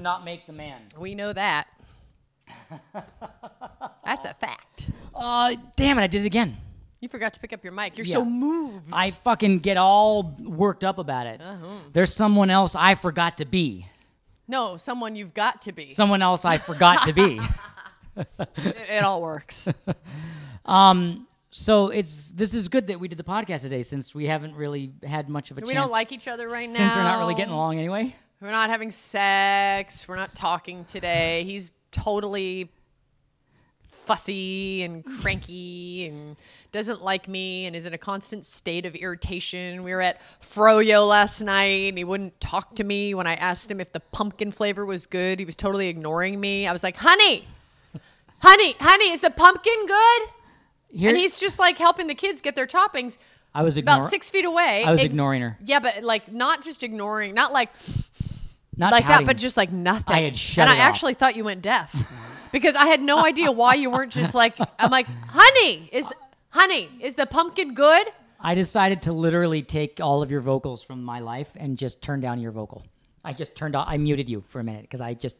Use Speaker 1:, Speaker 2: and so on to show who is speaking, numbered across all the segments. Speaker 1: not make the man.
Speaker 2: We know that. That's a fact.
Speaker 1: Uh, damn it, I did it again.
Speaker 2: You forgot to pick up your mic. You're
Speaker 1: Yeah.
Speaker 2: so moved.
Speaker 1: I fucking get all worked up about it.
Speaker 2: Uh-huh.
Speaker 1: There's someone else I forgot to be.
Speaker 2: no, someone you've got to be.
Speaker 1: Someone else I forgot to be.
Speaker 2: it, it all works.
Speaker 1: So it's this is good that we did the podcast today since we haven't really had much of a
Speaker 2: we
Speaker 1: chance.
Speaker 2: don't like each other right
Speaker 1: since
Speaker 2: now.
Speaker 1: we're not really getting along anyway.
Speaker 2: We're not having sex. We're not talking today. He's totally fussy and cranky and doesn't like me and is in a constant state of irritation. We were at Froyo last night and he wouldn't talk to me when I asked him if the pumpkin flavor was good. He was totally ignoring me. I was like, honey, honey, honey, is the pumpkin good?
Speaker 1: Here,
Speaker 2: and he's just like helping the kids get their toppings
Speaker 1: I was
Speaker 2: about
Speaker 1: ignoring.
Speaker 2: six feet away.
Speaker 1: I was
Speaker 2: Ig-
Speaker 1: ignoring her,
Speaker 2: Yeah, but like not just ignoring, not like
Speaker 1: not
Speaker 2: like
Speaker 1: pouting.
Speaker 2: that, but just like nothing.
Speaker 1: I had shut
Speaker 2: And
Speaker 1: it
Speaker 2: I
Speaker 1: off.
Speaker 2: actually thought you went deaf because I had no idea why you weren't just like. I'm like, honey, is honey is the pumpkin good?
Speaker 1: I decided to literally take all of your vocals from my life and just turn down your vocal. I just turned off. I muted you for a minute because I just,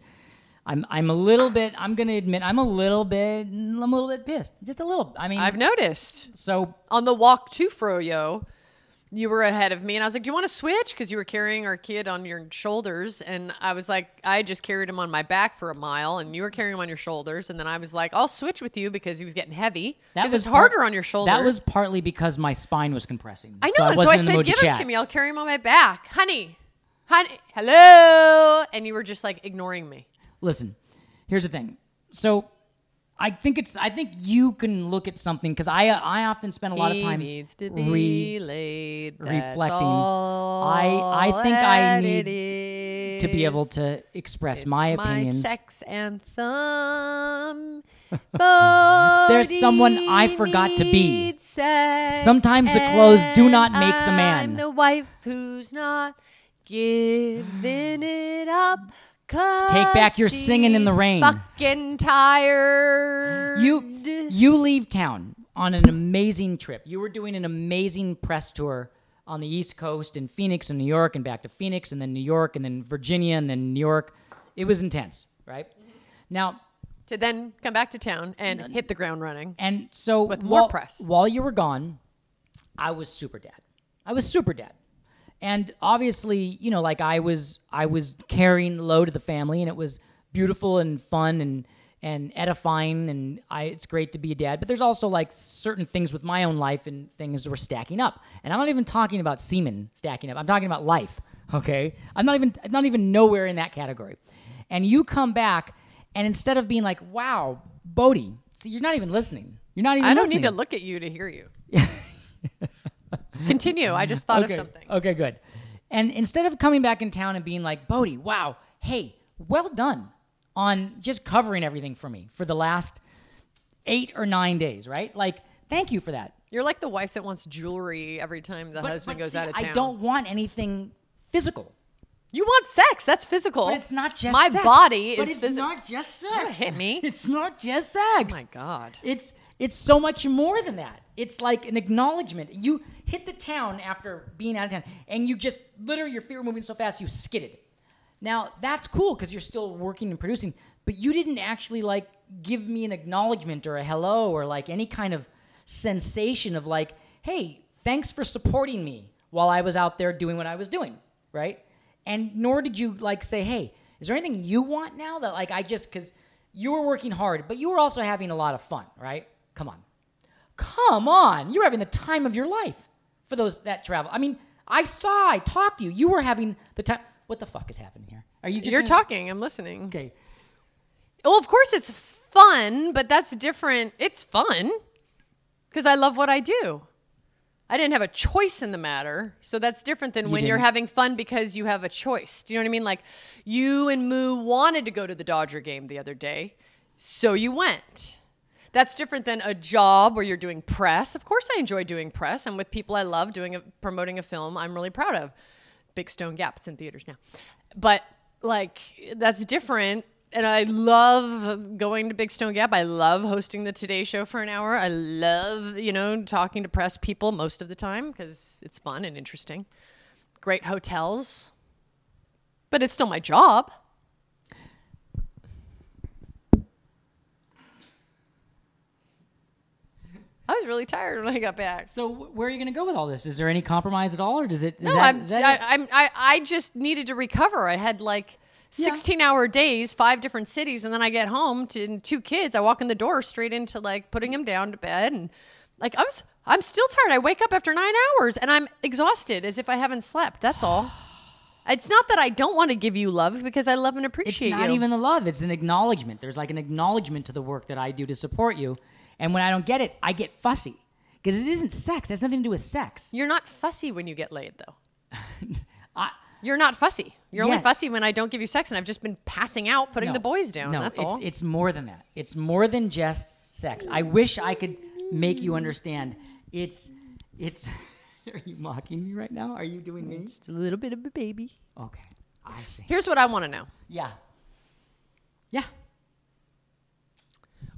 Speaker 1: I'm, I'm a little bit. I'm gonna admit, I'm a little bit, mm, I'm a little bit pissed. Just a little. I mean,
Speaker 2: I've noticed
Speaker 1: so
Speaker 2: on the walk to Froyo. You were ahead of me, and I was like, "Do you want to switch?" Because you were carrying our kid on your shoulders, and I was like, "I just carried him on my back for a mile, and you were carrying him on your shoulders." And then I was like, "I'll switch with you because he was getting heavy.
Speaker 1: that
Speaker 2: Because
Speaker 1: was
Speaker 2: it's harder
Speaker 1: par-
Speaker 2: on your shoulder."
Speaker 1: That was partly because my spine was compressing.
Speaker 2: I know.
Speaker 1: so I
Speaker 2: and so
Speaker 1: wasn't
Speaker 2: I
Speaker 1: in the
Speaker 2: said,
Speaker 1: mood
Speaker 2: give
Speaker 1: to
Speaker 2: him
Speaker 1: chat.
Speaker 2: to me. I'll carry him on my back. Honey, honey, hello. And you were just like ignoring me.
Speaker 1: Listen, here's the thing. So I think it's I think you can look at something because I I often spend a lot of
Speaker 2: he
Speaker 1: time
Speaker 2: needs to
Speaker 1: re-
Speaker 2: be laid. That's
Speaker 1: reflecting.
Speaker 2: all
Speaker 1: I- I think I
Speaker 2: that
Speaker 1: need
Speaker 2: it
Speaker 1: to be able
Speaker 2: is.
Speaker 1: to express
Speaker 2: It's
Speaker 1: my opinions.
Speaker 2: sex anthem.
Speaker 1: There's someone I forgot to be.
Speaker 2: Body needs sex
Speaker 1: Sometimes the clothes do not
Speaker 2: and
Speaker 1: make the man.
Speaker 2: I'm the wife who's not giving it up. 'cause
Speaker 1: Take back your singing in the
Speaker 2: she's
Speaker 1: rain.
Speaker 2: Fucking tired.
Speaker 1: you you leave town on an amazing trip. You were doing an amazing press tour on the East Coast in Phoenix and New York and back to Phoenix and then New York and then Virginia and then New York. It was intense, right?
Speaker 2: Mm-hmm.
Speaker 1: Now,
Speaker 2: to then come back to town and hit the ground running.
Speaker 1: and so
Speaker 2: With more
Speaker 1: while-
Speaker 2: press.
Speaker 1: while you were gone, I was super dad. I was super dad. And obviously, you know, like I was I was carrying the load of the family and it was beautiful and fun and and edifying and I it's great to be a dad, but there's also like certain things with my own life and things that were stacking up. And I'm not even talking about semen stacking up. I'm talking about life, okay? I'm not even not even nowhere in that category. And you come back and instead of being like, "Wow, Bodie, see, you're not even listening. You're not even
Speaker 2: I don't
Speaker 1: listening.
Speaker 2: need to look at you to hear you. Continue. I just thought
Speaker 1: okay.
Speaker 2: of something.
Speaker 1: Okay, good. And instead of coming back in town and being like, Bodie, wow, hey, well done on just covering everything for me for the last eight or nine days, right? Like, thank you for that.
Speaker 2: You're like the wife that wants jewelry every time the
Speaker 1: But-
Speaker 2: husband
Speaker 1: but
Speaker 2: goes
Speaker 1: see,
Speaker 2: out of town.
Speaker 1: I don't want anything physical.
Speaker 2: You want sex? That's physical.
Speaker 1: But it's not just
Speaker 2: Oh, my
Speaker 1: sex.
Speaker 2: body
Speaker 1: But
Speaker 2: is
Speaker 1: it's
Speaker 2: physical.
Speaker 1: not just sex.
Speaker 2: hit me.
Speaker 1: It's not just sex.
Speaker 2: oh my god.
Speaker 1: It's it's so much more than that. It's like an acknowledgement. You hit the town after being out of town, and you just literally your feet were moving so fast you skidded. Now that's cool because you're still working and producing, but you didn't actually like give me an acknowledgement or a hello or like any kind of sensation of like, hey, thanks for supporting me while I was out there doing what I was doing, right? And nor did you like say, hey, is there anything you want now that like I just because you were working hard, but you were also having a lot of fun, right? Come on. Come on. You were having the time of your life for those that travel. I mean, I saw, I talked to you. You were having the time. What the fuck is happening here? Are you just
Speaker 2: You're
Speaker 1: gonna-
Speaker 2: talking. I'm listening.
Speaker 1: Okay.
Speaker 2: Well, of course it's fun, but that's different. It's fun because I love what I do. I didn't have a choice in the matter, so that's different than when you're
Speaker 1: didn't.
Speaker 2: having fun because you have a choice. Do you know what I mean? Like you and Moo wanted to go to the Dodger game the other day, so you went. That's different than a job where you're doing press. Of course, I enjoy doing press. I'm with people I love doing a, promoting a film I'm really proud of. Big Stone Gap. It's in theaters now, but like that's different. And I love going to Big Stone Gap. I love hosting the Today Show for an hour. I love you know talking to press people most of the time because it's fun and interesting. Great hotels, but it's still my job. really tired when I got back.
Speaker 1: So wh- where are you going to go with all this? Is there any compromise at all, or does it? is
Speaker 2: No,
Speaker 1: that-
Speaker 2: I'm,
Speaker 1: is
Speaker 2: I,
Speaker 1: that it?
Speaker 2: I'm, I, I just needed to recover. I had like
Speaker 1: Yeah.
Speaker 2: 16 hour days, five different cities. And then I get home to and two kids. I walk in the door straight into like putting them down to bed. And like, I was, I'm still tired. I wake up after nine hours and I'm exhausted as if I haven't slept. That's all. It's not that I don't want to give you love because I love and
Speaker 1: it's
Speaker 2: appreciate
Speaker 1: not
Speaker 2: you.
Speaker 1: even the love; it's an acknowledgement. There's like an acknowledgement to the work that I do to support you, and when I don't get it, I get fussy because it isn't sex. That's nothing to do with sex.
Speaker 2: You're not fussy when you get laid, though.
Speaker 1: I,
Speaker 2: You're not fussy. You're
Speaker 1: Yeah.
Speaker 2: only fussy when I don't give you sex and I've just been passing out, putting
Speaker 1: No.
Speaker 2: the boys down.
Speaker 1: No,
Speaker 2: That's
Speaker 1: it's,
Speaker 2: all.
Speaker 1: It's more than that. It's more than just sex. I wish I could make you understand. It's it's. Are you mocking me right now? Are you doing me?
Speaker 2: Just a little bit of a baby.
Speaker 1: Okay, I see.
Speaker 2: Here's what I want to know.
Speaker 1: Yeah, yeah.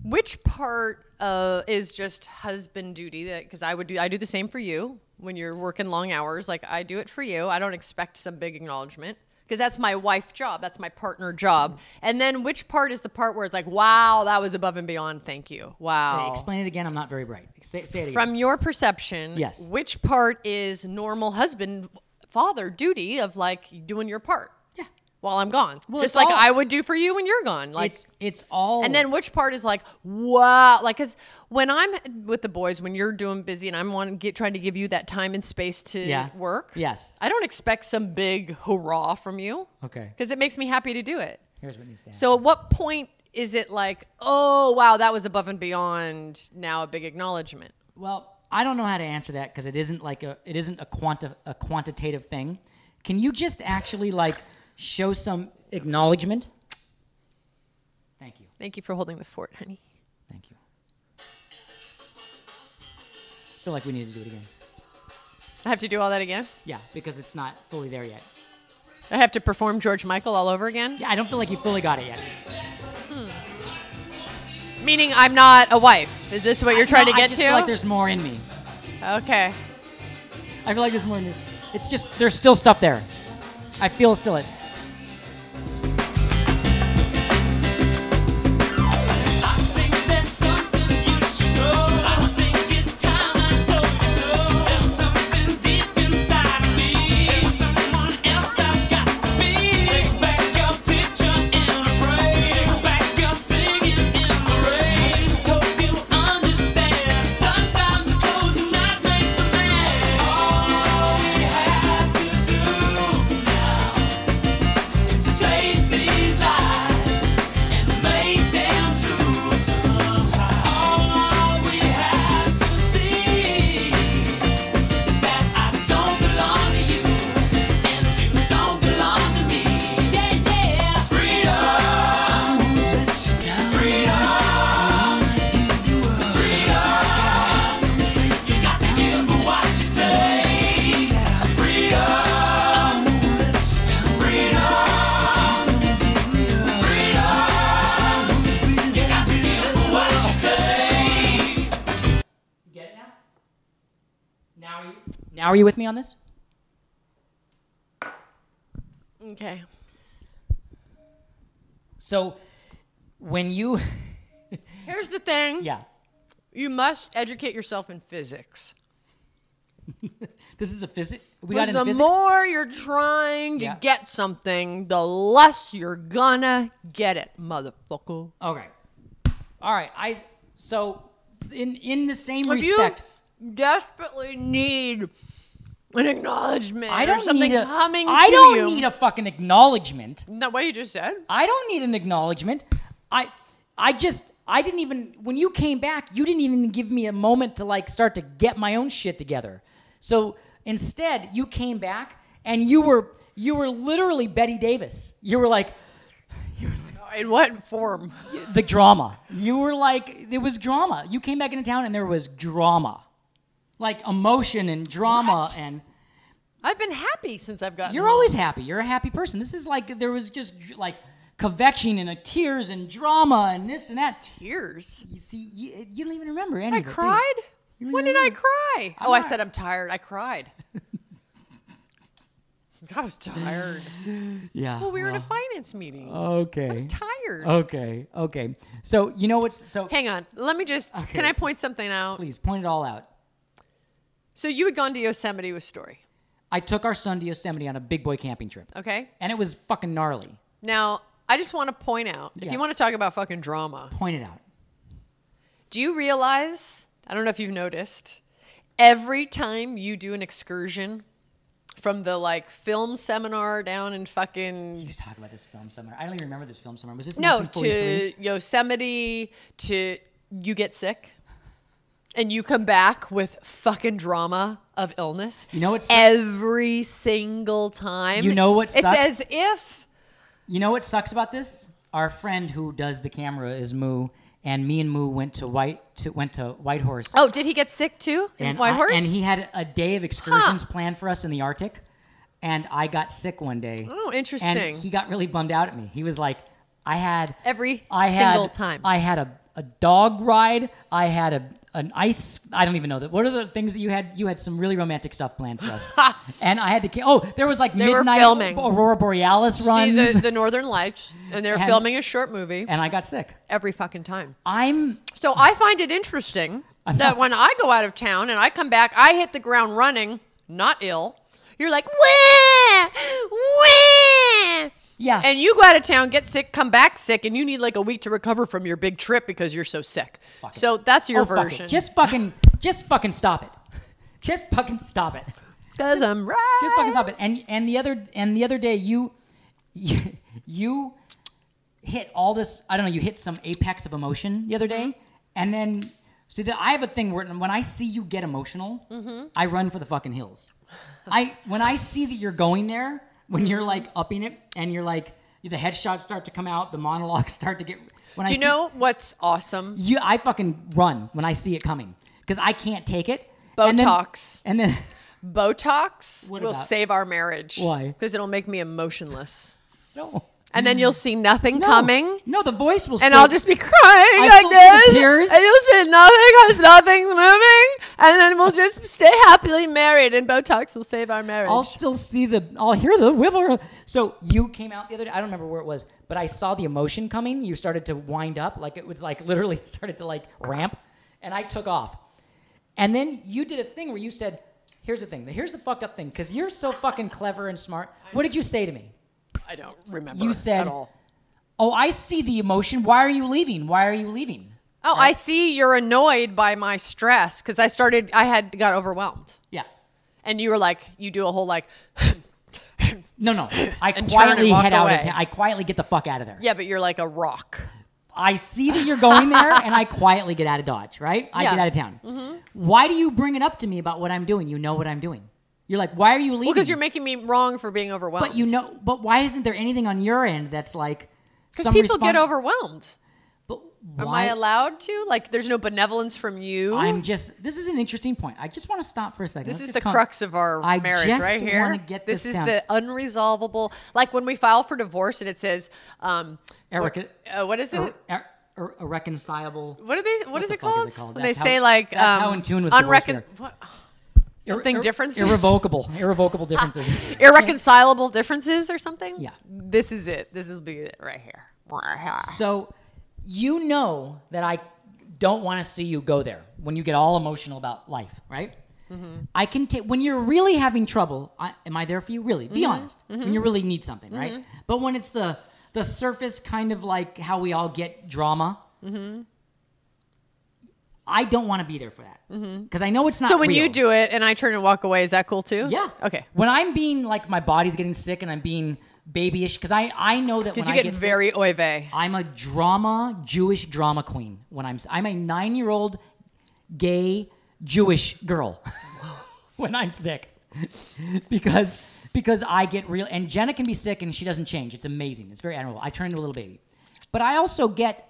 Speaker 2: Which part uh, is just husband duty? That because I would do, I do the same for you when you're working long hours. Like I do it for you. I don't expect some big acknowledgement because that's my wife job. That's my partner job. And then which part is the part where it's like, wow, that was above and beyond. Thank you. Wow.
Speaker 1: Explain it again. I'm not very bright. Say, say it again.
Speaker 2: From your perception,
Speaker 1: Yes.
Speaker 2: Which part is normal husband, father duty of like doing your part?
Speaker 1: Yeah.
Speaker 2: While I'm gone,
Speaker 1: Well, it's
Speaker 2: just like
Speaker 1: all-
Speaker 2: I would do for you when you're gone. Like
Speaker 1: it's it's all.
Speaker 2: and then which part is like, wow, like, cause when I'm with the boys, when you're doing busy and I'm wanting get trying to give you that time and space to
Speaker 1: Yeah.
Speaker 2: work,
Speaker 1: Yes.
Speaker 2: I don't expect some big hurrah from you,
Speaker 1: Okay.
Speaker 2: cause it makes me happy to do it.
Speaker 1: Here's what needs to happen.
Speaker 2: So at what point is it like, oh wow, that was above and beyond? Now a big acknowledgement.
Speaker 1: Well, I don't know how to answer that because it isn't like a it isn't a quanti- a quantitative thing. Can you just actually like show some acknowledgement? Thank you.
Speaker 2: Thank you for holding the fort, honey.
Speaker 1: Thank you. I feel like we need to do it again.
Speaker 2: I have to do all that again.
Speaker 1: Yeah, because it's not fully there yet.
Speaker 2: I have to perform George Michael all over again.
Speaker 1: Yeah, I don't feel like you fully got it yet.
Speaker 2: Meaning I'm not a wife. Is this what you're trying
Speaker 1: No,
Speaker 2: to
Speaker 1: I
Speaker 2: get
Speaker 1: just
Speaker 2: to?
Speaker 1: feel like there's more in me.
Speaker 2: okay.
Speaker 1: I feel like there's more in me. It's just there's still stuff there. I feel still it.
Speaker 3: I think there's something you should know. I think it's time I told you so. There's something deep inside me. There's someone else I've got to be. Take back your picture in a frame. Take back your singing in the rain. Just hope you understand. Sometimes the clothes do not make the man. All we have to do now is take these lies. And make them true somehow. All we have to see is that I don't belong to you, and you don't belong to me. Yeah, yeah. Freedom, let you down. Freedom, give you up. Freedom, you got to give what you say. Freedom, let you down. Freedom, freedom. You got to give what you take.
Speaker 1: You get it now? Now are you now are you with me on this?
Speaker 2: Okay.
Speaker 1: So when you
Speaker 2: Here's the thing.
Speaker 1: yeah,
Speaker 2: You must educate yourself in physics.
Speaker 1: this is a physics. We got
Speaker 2: Because
Speaker 1: into
Speaker 2: the
Speaker 1: physics.
Speaker 2: more you're trying to
Speaker 1: Yeah.
Speaker 2: get something, the less you're gonna get it, motherfucker.
Speaker 1: okay. All right. I so in in the same
Speaker 2: If you
Speaker 1: respect.
Speaker 2: desperately need an acknowledgement
Speaker 1: I
Speaker 2: or
Speaker 1: don't
Speaker 2: something
Speaker 1: need a.
Speaker 2: coming
Speaker 1: I
Speaker 2: to
Speaker 1: don't
Speaker 2: you.
Speaker 1: need a fucking acknowledgement.
Speaker 2: Isn't that what you just said?
Speaker 1: I don't need an acknowledgement. I I just I didn't even when you came back, you didn't even give me a moment to like start to get my own shit together. So instead, you came back and you were you were literally Betty Davis. You were like
Speaker 2: In what form?
Speaker 1: the drama. You were like, there was drama. You came back into town and there was drama, like emotion and drama.
Speaker 2: What?
Speaker 1: And
Speaker 2: I've been happy since I've gotten
Speaker 1: you're
Speaker 2: home.
Speaker 1: always happy. You're a happy person. This is like there was just like kvetching and uh tears and drama and this and that.
Speaker 2: tears.
Speaker 1: You see, you, you don't even remember any
Speaker 2: I
Speaker 1: of it, do you?
Speaker 2: cried?
Speaker 1: You don't
Speaker 2: When
Speaker 1: even
Speaker 2: did I
Speaker 1: remember.
Speaker 2: cry?
Speaker 1: I'm
Speaker 2: oh, I
Speaker 1: not-
Speaker 2: said I'm tired. I cried. I was tired.
Speaker 1: Yeah.
Speaker 2: Well, we were in a
Speaker 1: well,
Speaker 2: finance meeting.
Speaker 1: Okay.
Speaker 2: I was tired. weird.
Speaker 1: Oh. Okay, okay. So you know what's so?
Speaker 2: Hang on. Let me just. Can
Speaker 1: Okay.
Speaker 2: I point something out?
Speaker 1: Please point it all out.
Speaker 2: So you had gone to Yosemite with Story,
Speaker 1: I took our son to Yosemite on a big boy camping trip,
Speaker 2: okay?
Speaker 1: and it was fucking gnarly.
Speaker 2: Now I just want to point out if
Speaker 1: Yeah.
Speaker 2: you want to talk about fucking drama,
Speaker 1: Point it out.
Speaker 2: do you realize? I don't know if you've noticed. Every time you do an excursion from the like film seminar down in fucking
Speaker 1: You used to talk about this film somewhere. I don't even remember this film somewhere. Was this
Speaker 2: No,
Speaker 1: 1943?
Speaker 2: to Yosemite, to you get sick and you come back with fucking drama of illness.
Speaker 1: You know what sucks?
Speaker 2: Every single time.
Speaker 1: You know what
Speaker 2: It's
Speaker 1: sucks?
Speaker 2: as if
Speaker 1: You know what sucks about this? Our friend who does the camera is Moo, and me and Moo went to White to, went to White Horse.
Speaker 2: Oh, did he get sick too?
Speaker 1: and
Speaker 2: White
Speaker 1: I-
Speaker 2: horse?
Speaker 1: and he had a day of excursions planned for us in the Arctic, and I got sick one day.
Speaker 2: Oh, interesting.
Speaker 1: And he got really bummed out at me. He was like, "I had
Speaker 2: Every
Speaker 1: I
Speaker 2: single
Speaker 1: had,
Speaker 2: time.
Speaker 1: I had a, a dog ride. I had a an ice. I don't even know that. What are the things that you had? You had some really romantic stuff planned for us, and I had to. ca- Oh, there was like
Speaker 2: They were
Speaker 1: midnight
Speaker 2: filming.
Speaker 1: aurora borealis
Speaker 2: See
Speaker 1: runs,
Speaker 2: the, the Northern Lights, and they're
Speaker 1: And-
Speaker 2: filming a short movie
Speaker 1: and I got sick.
Speaker 2: every fucking time.
Speaker 1: I'm
Speaker 2: So I find it interesting that when I go out of town and I come back, I hit the ground running, not ill. You're like, wah, wah.
Speaker 1: yeah.
Speaker 2: And you go out of town, get sick, come back sick, and you need like a week to recover from your big trip because you're so sick.
Speaker 1: Fuck it.
Speaker 2: so that's your
Speaker 1: Oh, fuck it.
Speaker 2: version.
Speaker 1: Just fucking, just fucking stop it. Just fucking stop it.
Speaker 2: because I'm right.
Speaker 1: Just fucking stop it. And and the other and the other day you you, you hit all this. I don't know. You hit some apex of emotion the other
Speaker 2: Mm-hmm.
Speaker 1: day, and then see that I have a thing where when I see you get emotional,
Speaker 2: Mm-hmm.
Speaker 1: I run for the fucking hills. I when I see that you're going there, when you're like upping it, and you're like the headshots start to come out, the monologues start to get. When
Speaker 2: Do
Speaker 1: I
Speaker 2: you
Speaker 1: see-
Speaker 2: know what's awesome?
Speaker 1: you, I fucking run when I see it coming because I can't take it.
Speaker 2: Botox.
Speaker 1: And then, and then
Speaker 2: Botox
Speaker 1: What
Speaker 2: will
Speaker 1: about-
Speaker 2: save our marriage.
Speaker 1: Why?
Speaker 2: Because it'll make me emotionless.
Speaker 1: no,
Speaker 2: And then you'll see nothing
Speaker 1: No.
Speaker 2: coming.
Speaker 1: No, the voice will.
Speaker 2: and
Speaker 1: still-
Speaker 2: I'll just be crying
Speaker 1: I
Speaker 2: like
Speaker 1: still see the
Speaker 2: this.
Speaker 1: tears.
Speaker 2: And you'll say nothing because nothing's moving. And then we'll just stay happily married, and Botox will save our marriage.
Speaker 1: I'll still see the. I'll hear the whibble. So you came out the other day. I don't remember where it was, but I saw the emotion coming. You started to wind up, like it was like literally started to like ramp, and I took off. And then you did a thing where you said, "Here's the thing. Here's the fucked up thing." Because you're so fucking clever and smart. What did you say to me?
Speaker 2: I don't remember.
Speaker 1: You said, "Oh, I see the emotion. Why are you leaving? Why are you leaving?"
Speaker 2: "Oh, I see you're annoyed by my stress because I started. I had got overwhelmed,
Speaker 1: Yeah.
Speaker 2: and you were like, you do a whole like,
Speaker 1: No, no. I
Speaker 2: And turn
Speaker 1: quietly
Speaker 2: and walk
Speaker 1: head out of
Speaker 2: away.
Speaker 1: town. I quietly get the fuck out of there.
Speaker 2: yeah, but you're like a rock.
Speaker 1: I see that you're going there, and I quietly get out of Dodge. Right? I
Speaker 2: Yeah. Mm-hmm.
Speaker 1: get out of town. Why do you bring it up to me about what I'm doing? You know what I'm doing. You're like, why are you leaving?
Speaker 2: Well, because you're making me wrong for being overwhelmed.
Speaker 1: Hmm. But you know. But why isn't there anything on your end that's like?
Speaker 2: because
Speaker 1: some
Speaker 2: people
Speaker 1: respons-
Speaker 2: get overwhelmed.
Speaker 1: But
Speaker 2: Am
Speaker 1: why?
Speaker 2: I allowed to? Like, there's no benevolence from you.
Speaker 1: I'm just. This is an interesting point. I just want to stop for a second.
Speaker 2: This
Speaker 1: Let's
Speaker 2: is
Speaker 1: just
Speaker 2: the
Speaker 1: come-
Speaker 2: crux of our
Speaker 1: I
Speaker 2: marriage
Speaker 1: just
Speaker 2: right here.
Speaker 1: wanna get this
Speaker 2: is
Speaker 1: down.
Speaker 2: the unresolvable. Like when we file for divorce and it says, um,
Speaker 1: Erica.
Speaker 2: uh, what is it?
Speaker 1: ir- ir- ir- irreconcilable.
Speaker 2: what are they? what is
Speaker 1: the
Speaker 2: it
Speaker 1: fuck is it
Speaker 2: called?
Speaker 1: called?
Speaker 2: When
Speaker 1: That's
Speaker 2: they
Speaker 1: how-
Speaker 2: say like
Speaker 1: that's
Speaker 2: um,
Speaker 1: how in tune with divorce
Speaker 2: unrecon-
Speaker 1: they're-
Speaker 2: what-
Speaker 1: Ir-
Speaker 2: something
Speaker 1: ir-
Speaker 2: differences,
Speaker 1: Irrevocable. Irrevocable differences.
Speaker 2: irreconcilable differences or something.
Speaker 1: Yeah.
Speaker 2: this is it. This is be it right here. Right here.
Speaker 1: So you know that I don't want to see you go there when you get all emotional about life, right?
Speaker 2: Mm-hmm.
Speaker 1: I can take when you're really having trouble. I, am I there for you? Really,
Speaker 2: Mm-hmm.
Speaker 1: be honest. When you really need something, right? But when it's the the surface kind of like how we all get drama.
Speaker 2: Mm-hmm.
Speaker 1: I don't want to be there for that because I know it's not.
Speaker 2: Mm-hmm. So when you
Speaker 1: real.
Speaker 2: do it and I turn and walk away, is that cool too?
Speaker 1: yeah,
Speaker 2: Okay.
Speaker 1: When I'm being like my body's getting sick and I'm being babyish because I I know that when
Speaker 2: Because you
Speaker 1: I
Speaker 2: get,
Speaker 1: get sick-
Speaker 2: very oy vey.
Speaker 1: I'm a drama Jewish drama queen. When I'm I'm a nine year old gay Jewish girl when I'm sick because because I get real and Jenna can be sick and she doesn't change. It's amazing. It's very admirable. I turn into a little baby, but I also get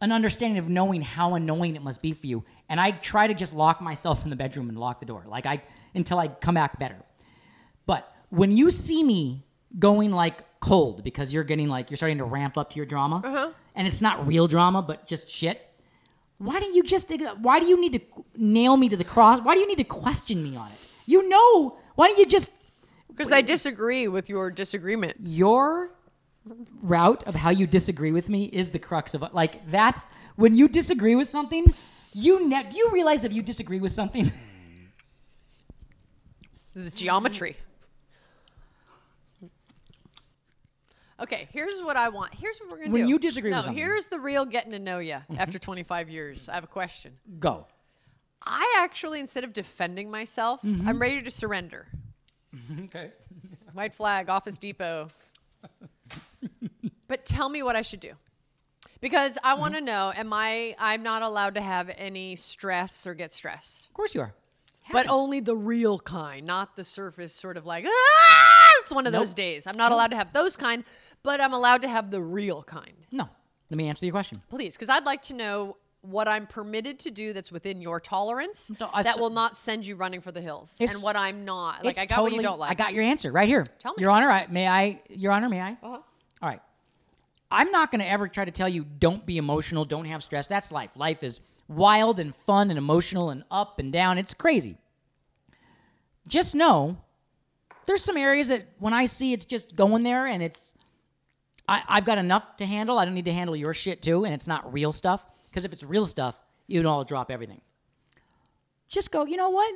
Speaker 1: an understanding of knowing how annoying it must be for you. And I try to just lock myself in the bedroom and lock the door, like I until I come back better. But when you see me going like cold because you're getting like you're starting to ramp up to your drama, and it's not real drama but just shit. Why don't you just? Why do you need to nail me to the cross? Why do you need to question me on it? You know. Why don't you just?
Speaker 2: Because I disagree with your disagreement.
Speaker 1: Your route of how you disagree with me is the crux of like that's when you disagree with something. You ne- do you realize if you disagree with something,
Speaker 2: This is geometry. Okay, here's what I want. Here's what we're gonna
Speaker 1: When
Speaker 2: do.
Speaker 1: you disagree with
Speaker 2: no,
Speaker 1: something. Mm-hmm.
Speaker 2: here's the real getting to know you after 25 years. I have a question.
Speaker 1: go.
Speaker 2: I actually, instead of defending myself,
Speaker 1: Mm-hmm.
Speaker 2: I'm ready to surrender.
Speaker 1: Okay.
Speaker 2: White flag, Office Depot. but tell me what I should do. Because I want to
Speaker 1: Mm-hmm.
Speaker 2: know, am I I'm not allowed to have any stress or get stressed.
Speaker 1: Of course you are.
Speaker 2: But only the real kind, not the surface sort of like, ah, it's one of those
Speaker 1: Nope.
Speaker 2: days. I'm not allowed to have those kind, but I'm allowed to have the real kind.
Speaker 1: No. Let me answer your question.
Speaker 2: Please, because I'd like to know what I'm permitted to do that's within your tolerance
Speaker 1: No, I
Speaker 2: that
Speaker 1: s-
Speaker 2: will not send you running for the hills
Speaker 1: It's-
Speaker 2: and what I'm not. Like,
Speaker 1: It's
Speaker 2: I got
Speaker 1: totally,
Speaker 2: what you don't like.
Speaker 1: I got your answer right here.
Speaker 2: Tell me.
Speaker 1: Your Honor, I, may I? Your Honor, may I?
Speaker 2: Uh-huh.
Speaker 1: All right. I'm not going to ever try to tell you don't be emotional, don't have stress. That's life. Life is wild and fun and emotional and up and down. It's crazy. Just know there's some areas that when I see it's just going there and it's I, I've got enough to handle. I don't need to handle your shit too, and it's not real stuff. Because if it's real stuff, you'd all drop everything. Just go, you know what?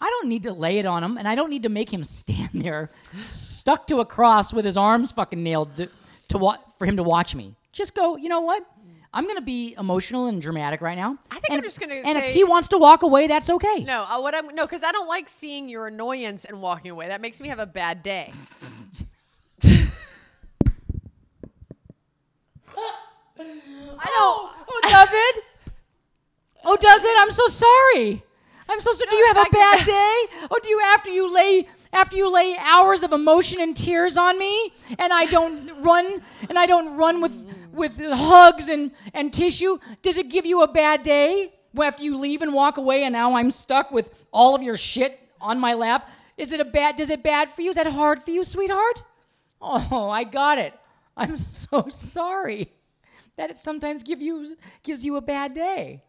Speaker 1: I don't need to lay it on him, and I don't need to make him stand there stuck to a cross with his arms fucking nailed to, to wa- for him to watch me. Just go, you know what? I'm gonna be emotional and dramatic right now. I
Speaker 2: think
Speaker 1: and
Speaker 2: I'm
Speaker 1: if-
Speaker 2: just gonna
Speaker 1: And
Speaker 2: say-
Speaker 1: if he wants to walk away, that's okay.
Speaker 2: No, uh, what I'm no, because I don't like seeing your annoyance and walking away. That makes me have a bad day. I
Speaker 1: Oh,
Speaker 2: don't.
Speaker 1: oh, does it? Oh, does it? I'm so sorry. I'm so sorry. Do
Speaker 2: No,
Speaker 1: you have
Speaker 2: it's
Speaker 1: a
Speaker 2: not
Speaker 1: bad day? Oh, do you after you lay after you lay hours of emotion and tears on me, and I don't run and I don't run with with hugs and and tissue? Does it give you a bad day after you leave and walk away, and now I'm stuck with all of your shit on my lap? Is it a bad? Does it bad for you? Is that hard for you, sweetheart? Oh, I got it. I'm so sorry that it sometimes give you gives you a bad day.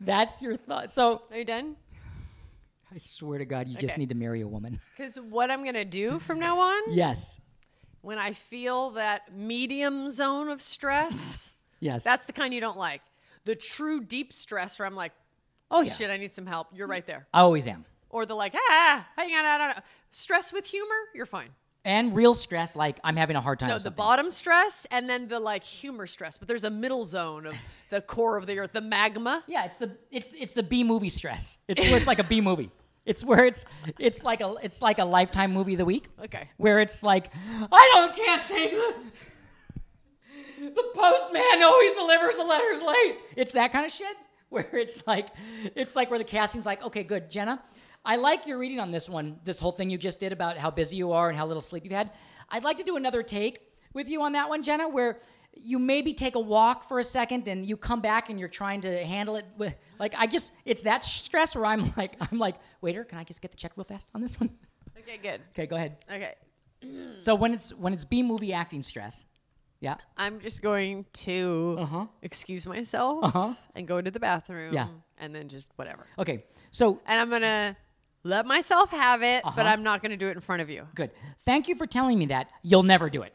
Speaker 1: That's your thought. So
Speaker 2: Are you done?
Speaker 1: I swear to God, you just
Speaker 2: Okay.
Speaker 1: need to marry a woman.
Speaker 2: Because what I'm gonna do from now on,
Speaker 1: Yes,
Speaker 2: when I feel that medium zone of stress,
Speaker 1: yes.
Speaker 2: that's the kind you don't like. The true deep stress, where I'm like,
Speaker 1: oh yeah.
Speaker 2: shit, I need some help. You're right there.
Speaker 1: I always am.
Speaker 2: Or the like, ah, hang on, I don't know. Stress with humor, you're fine.
Speaker 1: And real stress, like I'm having a hard time.
Speaker 2: No,
Speaker 1: with
Speaker 2: the
Speaker 1: something.
Speaker 2: bottom stress and then the like humor stress. But there's a middle zone of the core of the earth, the magma.
Speaker 1: Yeah, it's the it's it's the B movie stress. It's where it's like a B movie. It's where it's it's like a it's like a lifetime movie of the week.
Speaker 2: Okay.
Speaker 1: Where it's like I don't can't take the the postman always delivers the letters late. It's that kind of shit. Where it's like it's like where the casting's like, okay, good, Jenna. I like your reading on this one, this whole thing you just did about how busy you are and how little sleep you've had. I'd like to do another take with you on that one, Jenna, where you maybe take a walk for a second and you come back and you're trying to handle it with like I just it's that stress where I'm like I'm like, waiter, can I just get the check real fast on this one?
Speaker 2: Okay, good.
Speaker 1: Okay, go ahead.
Speaker 2: Okay.
Speaker 1: So when it's when it's B movie acting stress, yeah,
Speaker 2: I'm just going to excuse myself and go to the bathroom
Speaker 1: Uh-huh. Yeah.
Speaker 2: and then just whatever.
Speaker 1: okay. So
Speaker 2: And I'm going to let myself have it,
Speaker 1: Uh-huh.
Speaker 2: but I'm not going to do it in front of you.
Speaker 1: good. Thank you for telling me that. You'll never do it.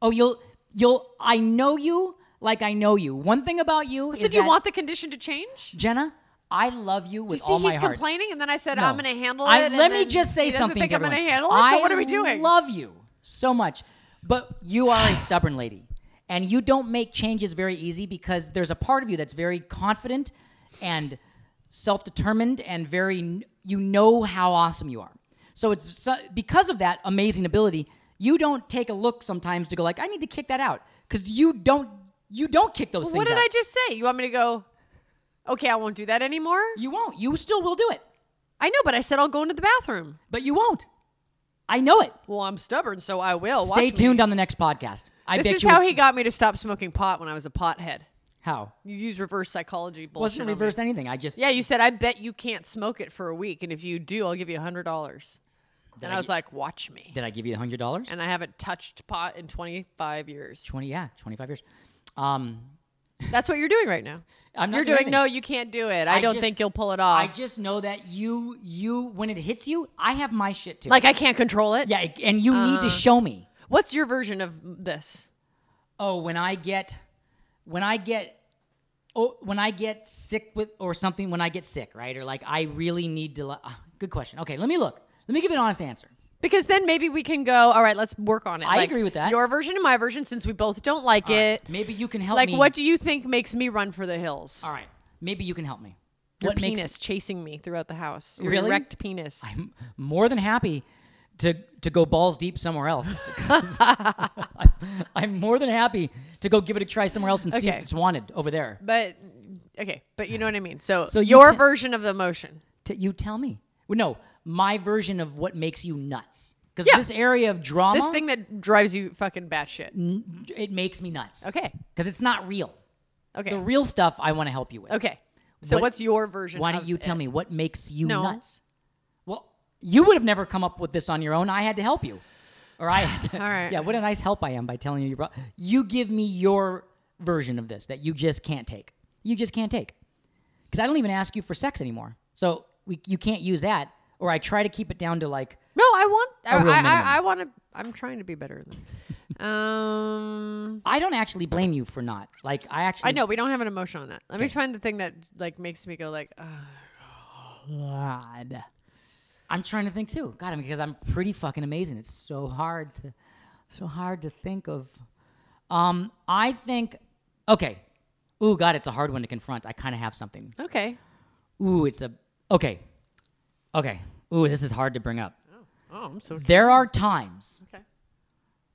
Speaker 1: Oh, you'll you'll. I know you like I know you. One thing about you
Speaker 2: So
Speaker 1: is
Speaker 2: do you
Speaker 1: that-
Speaker 2: want the condition to change?
Speaker 1: Jenna. I love you with
Speaker 2: You see,
Speaker 1: all my
Speaker 2: he's
Speaker 1: heart.
Speaker 2: complaining, and then I said,
Speaker 1: No.
Speaker 2: I'm going to handle
Speaker 1: I-
Speaker 2: it.
Speaker 1: let
Speaker 2: and
Speaker 1: me
Speaker 2: then
Speaker 1: just say
Speaker 2: he doesn't
Speaker 1: something.
Speaker 2: Think
Speaker 1: to
Speaker 2: I'm going to
Speaker 1: everyone.
Speaker 2: handle it.
Speaker 1: I
Speaker 2: so what are we doing?
Speaker 1: love you so much, but you are a stubborn lady, and you don't make changes very easy because there's a part of you that's very confident and self-determined and very you know how awesome you are. So it's so, because of that amazing ability, you don't take a look sometimes to go like, I need to kick that out because you don't you don't kick those things.
Speaker 2: what did
Speaker 1: out.
Speaker 2: I just say? You want me to go? Okay, I won't do that anymore.
Speaker 1: You won't. You still will do it,
Speaker 2: I know, but I said I'll go into the bathroom.
Speaker 1: but you won't. I know it.
Speaker 2: Well, I'm stubborn, so I will. Watch
Speaker 1: Stay
Speaker 2: me.
Speaker 1: tuned on the next podcast. I
Speaker 2: This
Speaker 1: bet
Speaker 2: is
Speaker 1: you
Speaker 2: how he got me to stop smoking pot when I was a pothead.
Speaker 1: how
Speaker 2: You use reverse psychology bullshit.
Speaker 1: wasn't
Speaker 2: on me.
Speaker 1: reverse anything. I just
Speaker 2: Yeah, you said I bet you can't smoke it for a week, and if you do, I'll give you a hundred dollars. And I,
Speaker 1: I
Speaker 2: was
Speaker 1: gi-
Speaker 2: like, watch me.
Speaker 1: did. I give you a hundred dollars.
Speaker 2: And I haven't touched pot in 25 years.
Speaker 1: Twenty, yeah, twenty-five years. Um,
Speaker 2: That's what you're doing right now.
Speaker 1: I'm not
Speaker 2: you're
Speaker 1: doing
Speaker 2: doing,
Speaker 1: it.
Speaker 2: no, you can't do it. I,
Speaker 1: I
Speaker 2: don't
Speaker 1: just-
Speaker 2: think you'll pull it off.
Speaker 1: I just know that you you when it hits you, I have my shit too.
Speaker 2: like I can't control it.
Speaker 1: yeah, and you need to show me.
Speaker 2: What's your version of this?
Speaker 1: Oh, when I get when I get oh when I get sick with or something when I get sick, right? Or like I really need to. li- ah, good question. Okay, let me look. Let me give you an honest answer.
Speaker 2: Because then maybe we can go, all right, let's work on it.
Speaker 1: I agree with that.
Speaker 2: Your version and my version, since we both don't like it.
Speaker 1: Maybe you can help
Speaker 2: Like,
Speaker 1: me.
Speaker 2: what do you think makes me run for the hills?
Speaker 1: All right. Maybe you can help me.
Speaker 2: Your
Speaker 1: makes-
Speaker 2: penis chasing me throughout the house. Your
Speaker 1: Really?
Speaker 2: erect penis.
Speaker 1: I'm more than happy to to go balls deep somewhere else. I'm more than happy to go give it a try somewhere else and see if
Speaker 2: Okay.
Speaker 1: it's wanted over there.
Speaker 2: but, okay, but you know what I mean. So,
Speaker 1: So you
Speaker 2: your
Speaker 1: ta-
Speaker 2: version of the emotion.
Speaker 1: T- you tell me. Well, no, my version of what makes you nuts. Because
Speaker 2: Yeah.
Speaker 1: this area of drama,
Speaker 2: This thing that drives you fucking batshit.
Speaker 1: it makes me nuts.
Speaker 2: Okay.
Speaker 1: Because it's not real.
Speaker 2: Okay.
Speaker 1: The real stuff I want to help you with.
Speaker 2: okay. So,
Speaker 1: What-
Speaker 2: what's your version
Speaker 1: Why don't
Speaker 2: of
Speaker 1: you tell
Speaker 2: it?
Speaker 1: me what makes you
Speaker 2: No.
Speaker 1: nuts? Well, you would have never come up with this on your own. I had to help you. Or I had to.
Speaker 2: All right.
Speaker 1: Yeah, what a nice help I am by telling you you brought. You give me your version of this that you just can't take. You just can't take. Because I don't even ask you for sex anymore. So we, you can't use that. Or I try to keep it down to like,
Speaker 2: No, I want. I,
Speaker 1: real
Speaker 2: I, I,
Speaker 1: minimum.
Speaker 2: I want to. I'm trying to be better. Than that. um,
Speaker 1: I don't actually blame you for not. Like, I actually.
Speaker 2: I know we don't have an emotion on that. Let me find the thing that like makes me go like, "Ugh."
Speaker 1: God. I'm trying to think too. God, I mean, because I'm pretty fucking amazing. It's so hard to, so hard to think of. Um, I think, okay. Ooh, God, it's a hard one to confront. I kind of have something.
Speaker 2: okay.
Speaker 1: Ooh, it's a okay, okay. Ooh, this is hard to bring up.
Speaker 2: Oh, I'm so
Speaker 1: There are times
Speaker 2: okay.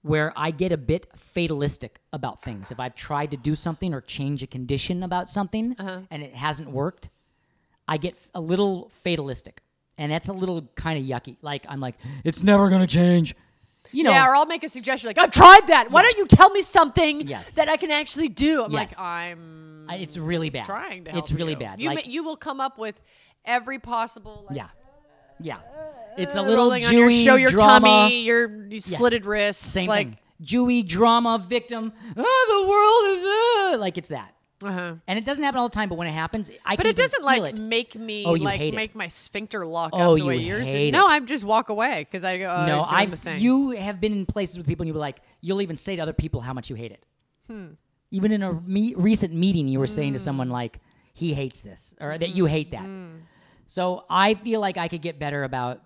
Speaker 1: where I get a bit fatalistic about things. If I've tried to do something or change a condition about something
Speaker 2: Uh-huh.
Speaker 1: and it hasn't worked, I get a little fatalistic. And that's a little kind of yucky. Like, I'm like, it's never going to change. You know,
Speaker 2: Yeah, or I'll make a suggestion like, I've tried that. Why don't
Speaker 1: Yes.
Speaker 2: you tell me something
Speaker 1: Yes.
Speaker 2: that I can actually do? I'm
Speaker 1: Yes.
Speaker 2: like, I'm
Speaker 1: I- it's really bad.
Speaker 2: trying to help.
Speaker 1: It's really
Speaker 2: you."
Speaker 1: bad.
Speaker 2: You
Speaker 1: like,
Speaker 2: ma- you will come up with every possible like,
Speaker 1: yeah. Yeah. It's a
Speaker 2: uh,
Speaker 1: little
Speaker 2: rolling on your
Speaker 1: Jewy
Speaker 2: show your
Speaker 1: drama.
Speaker 2: tummy, your you slitted wrists,
Speaker 1: Same
Speaker 2: like
Speaker 1: thing. Jewy drama victim. Oh, the world is uh, like it's that.
Speaker 2: uh-huh.
Speaker 1: And it doesn't happen all the time, but when it happens, I can
Speaker 2: But it
Speaker 1: even
Speaker 2: doesn't
Speaker 1: feel
Speaker 2: like
Speaker 1: it.
Speaker 2: make me
Speaker 1: Oh, you
Speaker 2: like
Speaker 1: hate it.
Speaker 2: make my sphincter lock
Speaker 1: Oh,
Speaker 2: up the way
Speaker 1: you
Speaker 2: yours.
Speaker 1: hate
Speaker 2: did. No,
Speaker 1: it.
Speaker 2: I just walk away because I go. Oh,
Speaker 1: No,
Speaker 2: he's doing
Speaker 1: I've
Speaker 2: the
Speaker 1: s-
Speaker 2: thing.
Speaker 1: you have been in places with people and you were like, you'll even say to other people how much you hate it.
Speaker 2: Hmm.
Speaker 1: Even in a me- recent meeting, you were saying to someone like, he hates this or
Speaker 2: Hmm.
Speaker 1: that you hate that. So I feel like I could get better about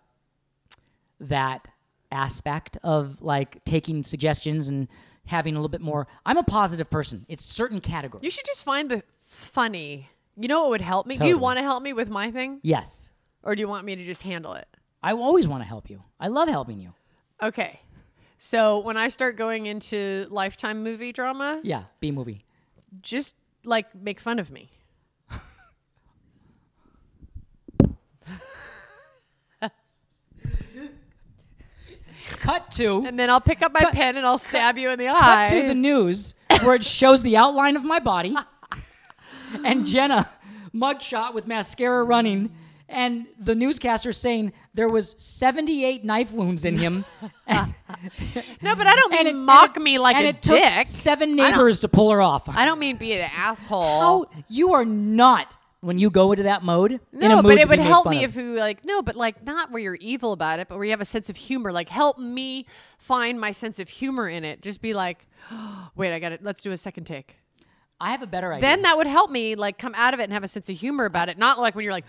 Speaker 1: that aspect of like taking suggestions and having a little bit more. I'm a positive person. It's certain categories.
Speaker 2: You should just find the funny. You know what would help me? Do you
Speaker 1: Totally.
Speaker 2: want to help me with my thing,
Speaker 1: yes.
Speaker 2: or do you want me to just handle it?
Speaker 1: I always want to help you. I love helping you.
Speaker 2: Okay. So when I start going into lifetime movie drama,
Speaker 1: Yeah. B movie.
Speaker 2: just like make fun of me.
Speaker 1: Cut to.
Speaker 2: And then I'll pick up my pen and I'll stab you in the eye.
Speaker 1: cut to the news where it shows the outline of my body and Jenna mugshot with mascara running and the newscaster saying there was 78 knife wounds in him and,
Speaker 2: no, but I don't mean
Speaker 1: and it- and
Speaker 2: mock
Speaker 1: it-
Speaker 2: me like
Speaker 1: and
Speaker 2: a
Speaker 1: it took
Speaker 2: dick.
Speaker 1: seven
Speaker 2: I don't-
Speaker 1: neighbors to pull her off
Speaker 2: I don't mean be an asshole.
Speaker 1: how you are not when you go into that mode in a
Speaker 2: No,
Speaker 1: mood
Speaker 2: but
Speaker 1: to
Speaker 2: it
Speaker 1: be
Speaker 2: would
Speaker 1: made
Speaker 2: help
Speaker 1: fun
Speaker 2: me
Speaker 1: of.
Speaker 2: if you like no, but like not where you're evil about it, but where you have a sense of humor. Like help me find my sense of humor in it. Just be like, wait, I got it. Let's do a second take.
Speaker 1: i have a better idea
Speaker 2: Then that would help me like come out of it and have a sense of humor about it. Not like when you're like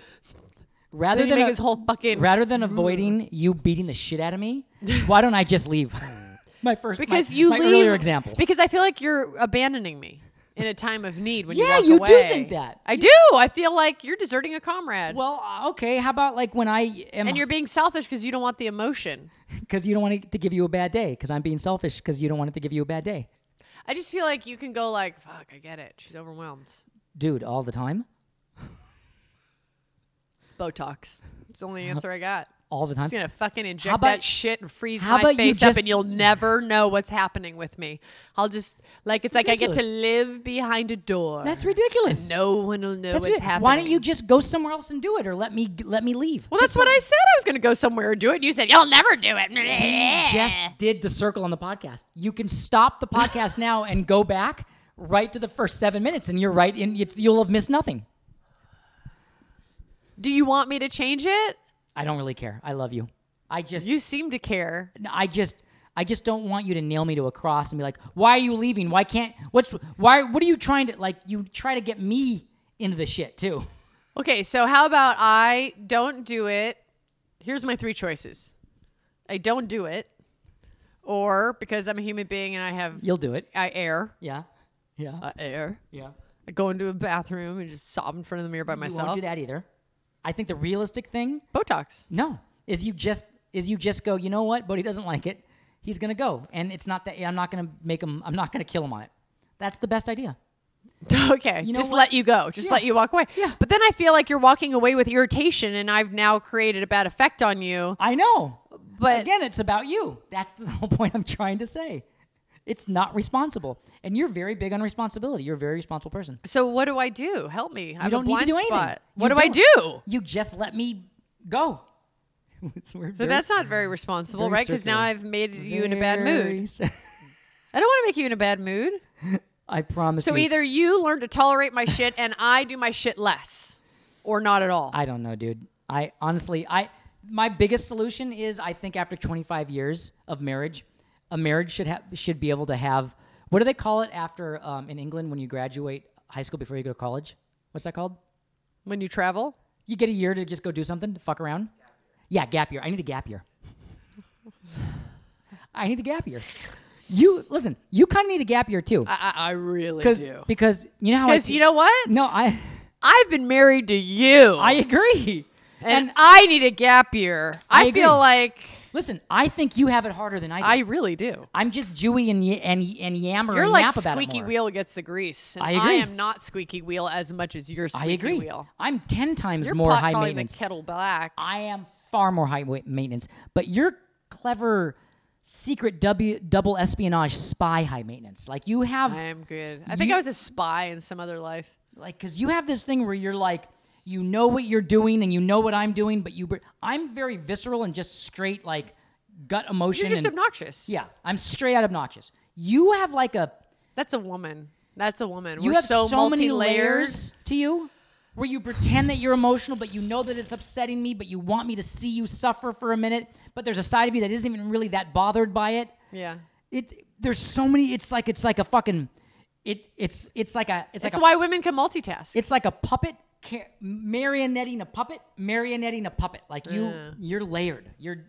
Speaker 1: rather
Speaker 2: then you
Speaker 1: than
Speaker 2: make
Speaker 1: a-
Speaker 2: this whole fucking
Speaker 1: rather than avoiding you beating the shit out of me why don't i just leave my first my-
Speaker 2: because you
Speaker 1: my
Speaker 2: leave
Speaker 1: earlier example
Speaker 2: Because I feel like you're abandoning me in a time of need when
Speaker 1: Yeah,
Speaker 2: you
Speaker 1: you
Speaker 2: walk
Speaker 1: do
Speaker 2: away.
Speaker 1: think that.
Speaker 2: I do. I feel like you're deserting a comrade.
Speaker 1: Well, uh, okay. How about like when I am
Speaker 2: and you're being selfish because you don't want the emotion.
Speaker 1: because you don't want it to give you a bad day because I'm being selfish because you don't want it to give you a bad day,
Speaker 2: I just feel like you can go like, fuck, I get it. She's overwhelmed.
Speaker 1: dude, all the time,
Speaker 2: Botox. It's the only answer I got.
Speaker 1: all the time.
Speaker 2: I'm just gonna fucking inject
Speaker 1: about-
Speaker 2: that shit and freeze
Speaker 1: how
Speaker 2: my
Speaker 1: about you
Speaker 2: face up,
Speaker 1: just-
Speaker 2: and you'll never know what's happening with me. I'll just like it's like I get to live behind a door.
Speaker 1: That's ridiculous.
Speaker 2: No one will know
Speaker 1: That's
Speaker 2: what's
Speaker 1: it.
Speaker 2: happening.
Speaker 1: Why don't you just go somewhere else and do it, or let me let me leave?
Speaker 2: Well, that's what I said. I was gonna go somewhere and do it. and You said you'll never do
Speaker 1: You
Speaker 2: it.
Speaker 1: Mm-hmm. just did the circle on the podcast. You can stop the podcast now and go back, right to the first seven minutes, and you're right. In it's, you'll have missed nothing.
Speaker 2: Do you want me to change it?
Speaker 1: I don't really care. I love you. I just,
Speaker 2: You seem to care.
Speaker 1: I just, I just don't want you to nail me to a cross and be like, "Why are you leaving? Why can't? What's? Why? What are you trying to like? You try to get me into the shit too."
Speaker 2: Okay, so how about I don't do it? Here's my three choices I don't do it, or because I'm a human being and I have,
Speaker 1: You'll do it.
Speaker 2: I air.
Speaker 1: Yeah, Uh, yeah,
Speaker 2: I air.
Speaker 1: yeah.
Speaker 2: I go into a bathroom and just sob in front of the mirror by
Speaker 1: You
Speaker 2: myself.
Speaker 1: won't do that either. I think the realistic thing,
Speaker 2: Botox.
Speaker 1: no, is you just is you just go. You know what? But he doesn't like it. He's gonna go, and it's not that I'm not gonna make him. I'm not gonna kill him on it. That's the best idea.
Speaker 2: Okay.
Speaker 1: know
Speaker 2: just
Speaker 1: what?
Speaker 2: let you go. Just
Speaker 1: Yeah.
Speaker 2: let you walk away.
Speaker 1: Yeah.
Speaker 2: But then I feel like you're walking away with irritation and I've now created a bad effect on you.
Speaker 1: I know,
Speaker 2: But
Speaker 1: again, it's about you. That's the whole point I'm trying to say. It's not responsible, and you're very big on responsibility. You're a very responsible person.
Speaker 2: so what do I do? Help me. I
Speaker 1: You
Speaker 2: have
Speaker 1: don't
Speaker 2: a
Speaker 1: need
Speaker 2: blind
Speaker 1: to do anything.
Speaker 2: spot.
Speaker 1: You
Speaker 2: What do I do?
Speaker 1: don't. You just let me go. It's- we're
Speaker 2: So
Speaker 1: very-
Speaker 2: that's not very responsible,
Speaker 1: very
Speaker 2: right? Because now
Speaker 1: circular.
Speaker 2: I've made you in a bad
Speaker 1: very
Speaker 2: mood.
Speaker 1: s-
Speaker 2: I don't want to make you in a bad mood.
Speaker 1: I promise.
Speaker 2: So
Speaker 1: you.
Speaker 2: either you learn to tolerate my shit and I do my shit less or not at all.
Speaker 1: I don't know, dude. I honestly, I my biggest solution is I think after 25 years of marriage, a marriage should have should be able to have what do they call it after um, in England when you graduate high school before you go to college? What's that called?
Speaker 2: when you travel,
Speaker 1: You get a year to just go do something to fuck around. Yeah, gap year. I need a gap year. I need a gap year. You listen. You kind of need a gap year too,
Speaker 2: I, I I really
Speaker 1: because
Speaker 2: do.
Speaker 1: because you know how I
Speaker 2: Because
Speaker 1: see-
Speaker 2: you know what?
Speaker 1: No, I
Speaker 2: I've been married to you.
Speaker 1: I agree.
Speaker 2: and, I need a gap year. I,
Speaker 1: I agree.
Speaker 2: feel like
Speaker 1: listen, I think you have it harder than I do.
Speaker 2: I really do.
Speaker 1: I'm just Jewy and y- and y- and yammer
Speaker 2: You're
Speaker 1: and
Speaker 2: like
Speaker 1: yap about it
Speaker 2: squeaky
Speaker 1: more.
Speaker 2: wheel against the grease. And
Speaker 1: I
Speaker 2: I,
Speaker 1: agree.
Speaker 2: am not squeaky wheel as much as you're
Speaker 1: I
Speaker 2: squeaky
Speaker 1: agree.
Speaker 2: wheel.
Speaker 1: I'm ten times
Speaker 2: You're
Speaker 1: more
Speaker 2: pot
Speaker 1: high
Speaker 2: calling
Speaker 1: maintenance.
Speaker 2: the kettle black.
Speaker 1: I am far more high wa- maintenance, but you're clever, secret w- double espionage spy high maintenance. Like you have,
Speaker 2: I am good. I think
Speaker 1: You-
Speaker 2: I was a spy in some other life.
Speaker 1: like, because you have this thing where you're like, you know what you're doing and you know what I'm doing, but you, br- I'm very visceral and just straight like gut emotion.
Speaker 2: You're just
Speaker 1: and,
Speaker 2: obnoxious.
Speaker 1: yeah, I'm straight out obnoxious. You have like a
Speaker 2: That's a woman. That's a woman.
Speaker 1: you
Speaker 2: We're
Speaker 1: have
Speaker 2: so,
Speaker 1: so, many
Speaker 2: multi-layered.
Speaker 1: layers to you where you pretend that you're emotional but you know that it's upsetting me but you want me to see you suffer for a minute but there's a side of you that isn't even really that bothered by it
Speaker 2: Yeah.
Speaker 1: it there's so many it's like it's like a fucking it it's it's like a it's
Speaker 2: That's
Speaker 1: like a,
Speaker 2: why women can multitask.
Speaker 1: it's like a puppet ca- marionetting a puppet marionetting a puppet like you
Speaker 2: Yeah.
Speaker 1: you're layered you're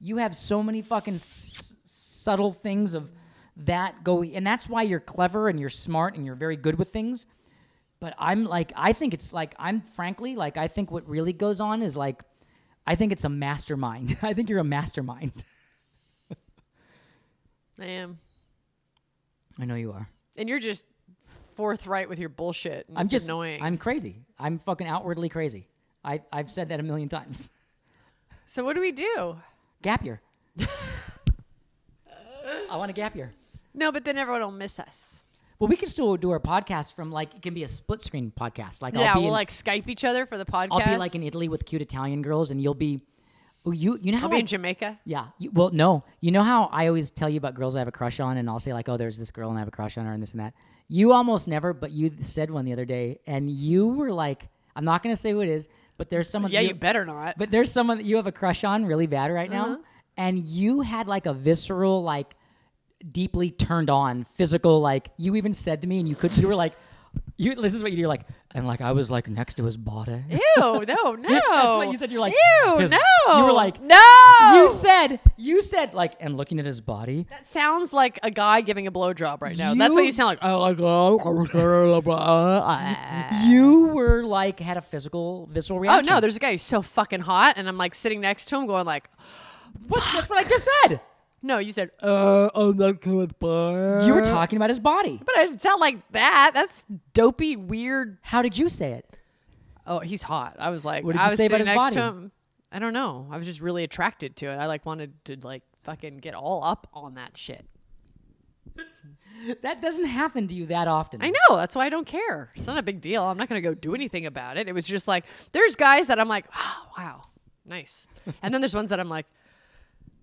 Speaker 1: you have so many fucking s- subtle things of that go and that's why you're clever and you're smart and you're very good with things but i'm like i think it's like i'm frankly like i think what really goes on is like i think it's a mastermind i think you're a mastermind
Speaker 2: I am.
Speaker 1: i know you are
Speaker 2: And you're just forthright with your bullshit. And
Speaker 1: i'm
Speaker 2: it's
Speaker 1: just
Speaker 2: annoying.
Speaker 1: i'm crazy i'm fucking outwardly crazy I, i've said that a million times
Speaker 2: so what do we do?
Speaker 1: Gap year. I want a gap year.
Speaker 2: No, but then everyone will miss us.
Speaker 1: Well, we can still do our podcast from like it can be a split screen podcast. Like
Speaker 2: yeah,
Speaker 1: I'll be
Speaker 2: we'll
Speaker 1: in,
Speaker 2: like Skype each other for the podcast.
Speaker 1: I'll be like in Italy with cute Italian girls, and you'll be, oh, you you know how
Speaker 2: I'll be
Speaker 1: I-
Speaker 2: in Jamaica.
Speaker 1: yeah. You, well, no, you know how I always tell you about girls I have a crush on, and I'll say like, oh, there's this girl and I have a crush on her, and this and that. You almost never, but you said one the other day, and you were like, I'm not gonna say who it is, but there's someone.
Speaker 2: Yeah,
Speaker 1: you-
Speaker 2: you better not.
Speaker 1: But there's someone that you have a crush on really bad right
Speaker 2: Uh-huh.
Speaker 1: now, and you had like a visceral, like deeply turned on physical, like you even said to me, and you could, you were like, you. This is what you do. You're like, and like I was like next to his body.
Speaker 2: Ew, no, no.
Speaker 1: That's what you said. You're like,
Speaker 2: Ew,
Speaker 1: his-
Speaker 2: no.
Speaker 1: You were like,
Speaker 2: no.
Speaker 1: You said, you said, like, and looking at his body.
Speaker 2: that sounds like a guy giving a blowjob right now. That's what
Speaker 1: You-
Speaker 2: you sound like. Oh, like, oh, I uh, was gonna- blah.
Speaker 1: You were like had a physical visceral
Speaker 2: Oh,
Speaker 1: reaction.
Speaker 2: no, there's a guy who's so fucking hot, and I'm like sitting next to him, going like,
Speaker 1: What, that's what I just said.
Speaker 2: "No, you said, uh, I'm not going to
Speaker 1: You were talking about his body.
Speaker 2: but I didn't sound like that. That's dopey, weird.
Speaker 1: How did you say it?
Speaker 2: Oh, he's hot. I was like,
Speaker 1: What did
Speaker 2: I
Speaker 1: you
Speaker 2: was
Speaker 1: say about
Speaker 2: sitting
Speaker 1: his
Speaker 2: next to
Speaker 1: body?
Speaker 2: him. I don't know. I was just really attracted to it. I like wanted to like fucking get all up on that shit.
Speaker 1: That doesn't happen to you that often.
Speaker 2: I know. That's why I don't care. It's not a big deal. I'm not going to go do anything about it. It was just like, there's guys that I'm like, oh, wow, nice. And then there's ones that I'm like,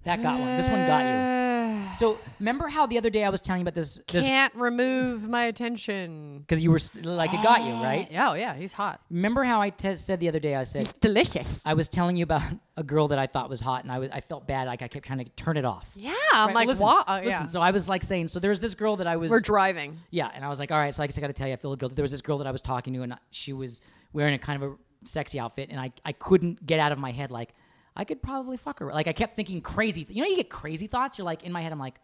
Speaker 1: That got one. This one got you.
Speaker 2: eh,
Speaker 1: So remember how the other day I was telling you about this this
Speaker 2: Can't remove my attention.
Speaker 1: because you were s- like it got you right.
Speaker 2: Yeah, oh yeah, he's hot.
Speaker 1: Remember how I t- said the other day I said
Speaker 2: Delicious.
Speaker 1: I was telling you about a girl that I thought was hot and I was I felt bad like I kept trying to turn it off.
Speaker 2: Yeah, I'm
Speaker 1: Right,
Speaker 2: like,
Speaker 1: listen,
Speaker 2: wow. uh,
Speaker 1: listen,
Speaker 2: yeah.
Speaker 1: So I was like saying, so there's this girl that I was
Speaker 2: We're driving.
Speaker 1: Yeah, and I was like, all right, so I guess I got to tell you, I feel guilty. There was this girl that I was talking to, and I- she was wearing a kind of a sexy outfit, and I, I couldn't get out of my head, like, I could probably fuck her. Like, I kept thinking crazy. Th- you know, you get crazy thoughts. You're like, in my head, I'm like,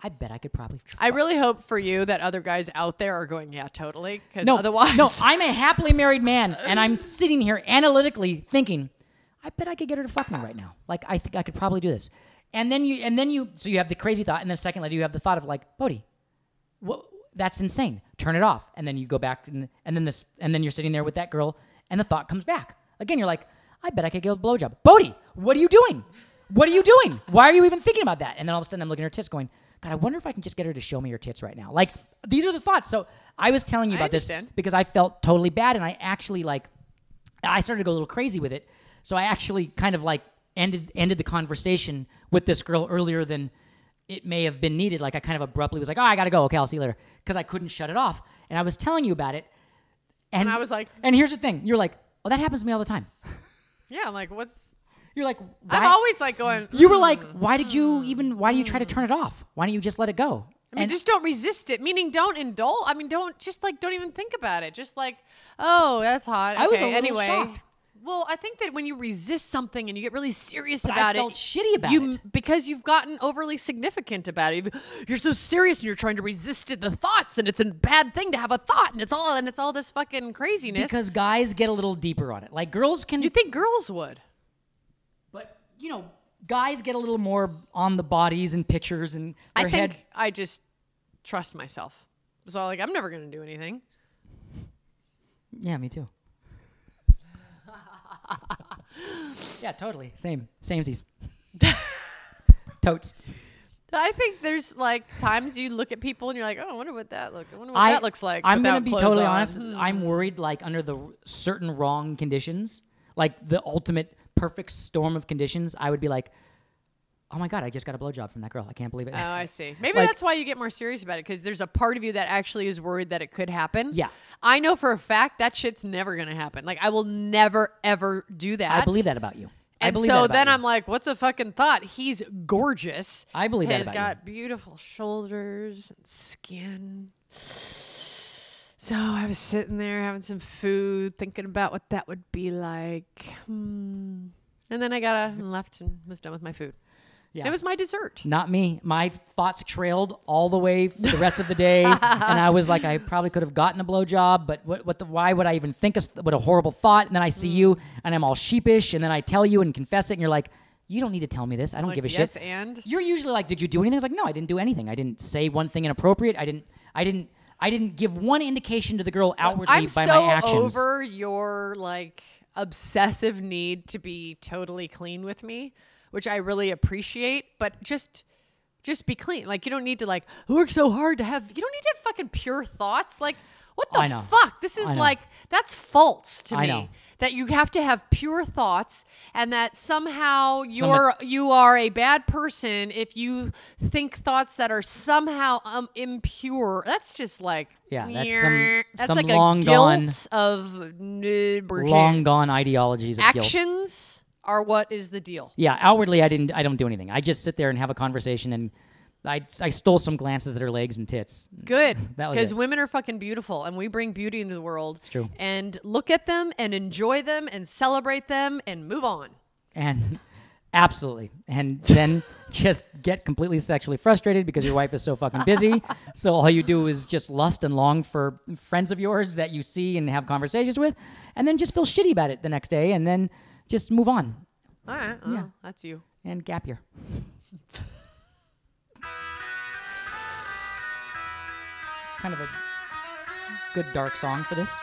Speaker 1: I bet I could probably. Tr-
Speaker 2: I really hope for you that other guys out there are going, yeah, totally. Because
Speaker 1: no,
Speaker 2: otherwise,
Speaker 1: no, I'm a happily married man, and I'm sitting here analytically thinking, I bet I could get her to fuck me right now. Like, I think I could probably do this. And then you, and then you, so you have the crazy thought, and then second later you have the thought of like, Bodie, what that's insane turn it off and then you go back and, and then this and then you're sitting there with that girl and the thought comes back again you're like i bet i could get a blowjob bodie what are you doing what are you doing why are you even thinking about that and then all of a sudden i'm looking at her tits going god i wonder if i can just get her to show me her tits right now like these are the thoughts so i was telling you
Speaker 2: I
Speaker 1: about this
Speaker 2: understand.
Speaker 1: because i felt totally bad and i actually like i started to go a little crazy with it so i actually kind of like ended ended the conversation with this girl earlier than it may have been needed. Like I kind of abruptly was like, "Oh, I gotta go. Okay, I'll see you later," because I couldn't shut it off. And I was telling you about it, and,
Speaker 2: And I was like-
Speaker 1: "And here's the thing." You're like, "Oh, that happens to me all the time."
Speaker 2: yeah, I'm like, what's?
Speaker 1: You're like, why?
Speaker 2: I'm always Hmm. like going.
Speaker 1: You were like, "Why did you even? Why do you try to turn it off? Why don't you just let it go?"
Speaker 2: I mean,
Speaker 1: and
Speaker 2: just don't resist it. Meaning, don't indulge. I mean, don't just like don't even think about it. Just like, oh, that's hot.
Speaker 1: I was
Speaker 2: Okay,
Speaker 1: a little
Speaker 2: anyway.
Speaker 1: shocked.
Speaker 2: Well, I think that when you resist something and you get really serious
Speaker 1: I
Speaker 2: about
Speaker 1: felt
Speaker 2: it,
Speaker 1: shitty about
Speaker 2: you,
Speaker 1: it.
Speaker 2: because you've gotten overly significant about it. You've- You're so serious and you're trying to resist it, the thoughts, and it's a bad thing to have a thought, and it's all and it's all this fucking craziness.
Speaker 1: because guys get a little deeper on it, like girls can,
Speaker 2: you think girls would?
Speaker 1: but you know, guys get a little more on the bodies and pictures and
Speaker 2: I
Speaker 1: their
Speaker 2: think
Speaker 1: head.
Speaker 2: I just trust myself. So like, I'm never gonna do anything.
Speaker 1: Yeah, me too. yeah, totally. Same. Samesies. Totes.
Speaker 2: I think there's like times you look at people and you're like, oh, I wonder what that look. I wonder what
Speaker 1: I-
Speaker 2: that looks like.
Speaker 1: I'm
Speaker 2: without
Speaker 1: gonna be
Speaker 2: clothes
Speaker 1: totally
Speaker 2: on.
Speaker 1: honest. I'm worried, like under the r- certain wrong conditions, like the ultimate perfect storm of conditions, I would be like, "Oh my god, I just got a blowjob from that girl. I can't believe it."
Speaker 2: Oh, I see. Maybe
Speaker 1: Like-
Speaker 2: that's why you get more serious about it because there's a part of you that actually is worried that it could happen.
Speaker 1: Yeah.
Speaker 2: I know for a fact that shit's never gonna happen. Like I will never ever do that.
Speaker 1: I believe that about you. I
Speaker 2: And
Speaker 1: believe
Speaker 2: so
Speaker 1: that about
Speaker 2: then
Speaker 1: you.
Speaker 2: I'm like, what's a fucking thought? He's gorgeous.
Speaker 1: I believe that
Speaker 2: He's
Speaker 1: about
Speaker 2: got beautiful shoulders and skin. So I was sitting there having some food, thinking about what that would be like. Hmm. And then I got up and left and was done with my food.
Speaker 1: Yeah.
Speaker 2: It was my dessert.
Speaker 1: Not me. My thoughts trailed all the way for the rest of the day, and I was like, I probably could have gotten a blowjob, but what? What? The, why would I even think? Of, what a horrible thought! And then I see
Speaker 2: Mm.
Speaker 1: you, and I'm all sheepish, and then I tell you and confess it, and you're like, you don't need to tell me this. I don't
Speaker 2: Like,
Speaker 1: give a
Speaker 2: yes,
Speaker 1: shit.
Speaker 2: and?
Speaker 1: you're usually like, did you do anything? I was like, no, I didn't do anything. I didn't say one thing inappropriate. I didn't. I didn't. I didn't give one indication to the girl outwardly
Speaker 2: I'm
Speaker 1: by
Speaker 2: so
Speaker 1: my actions.
Speaker 2: over your like obsessive need to be totally clean with me, which I really appreciate, but just just be clean. Like you don't need to like work so hard to have you don't need to have fucking pure thoughts. Like what the
Speaker 1: I know.
Speaker 2: fuck? This is
Speaker 1: I know.
Speaker 2: like that's false to
Speaker 1: I
Speaker 2: me.
Speaker 1: know.
Speaker 2: That you have to have pure thoughts and that somehow
Speaker 1: Some-
Speaker 2: you're you are a bad person if you think thoughts that are somehow um, impure. That's just like
Speaker 1: Yeah, that's some-
Speaker 2: that's
Speaker 1: some
Speaker 2: like
Speaker 1: long
Speaker 2: a guilt
Speaker 1: gone-
Speaker 2: of neighbor-
Speaker 1: Long gone ideologies of guilt.
Speaker 2: actions are what is the deal.
Speaker 1: Yeah, outwardly I didn't. I don't do anything. I just sit there and have a conversation, and I, I stole some glances at her legs and tits.
Speaker 2: Good,
Speaker 1: That was
Speaker 2: because
Speaker 1: it.
Speaker 2: women are fucking beautiful, and we bring beauty into the world. It's
Speaker 1: true.
Speaker 2: And look at them, and enjoy them, and celebrate them, and move on.
Speaker 1: and absolutely and then just get completely sexually frustrated because your wife is so fucking busy so all you do is just lust and long for friends of yours that you see and have conversations with and then just feel shitty about it the next day and then just move on
Speaker 2: All right, oh, that's you.
Speaker 1: and gap year it's kind of a good dark song for this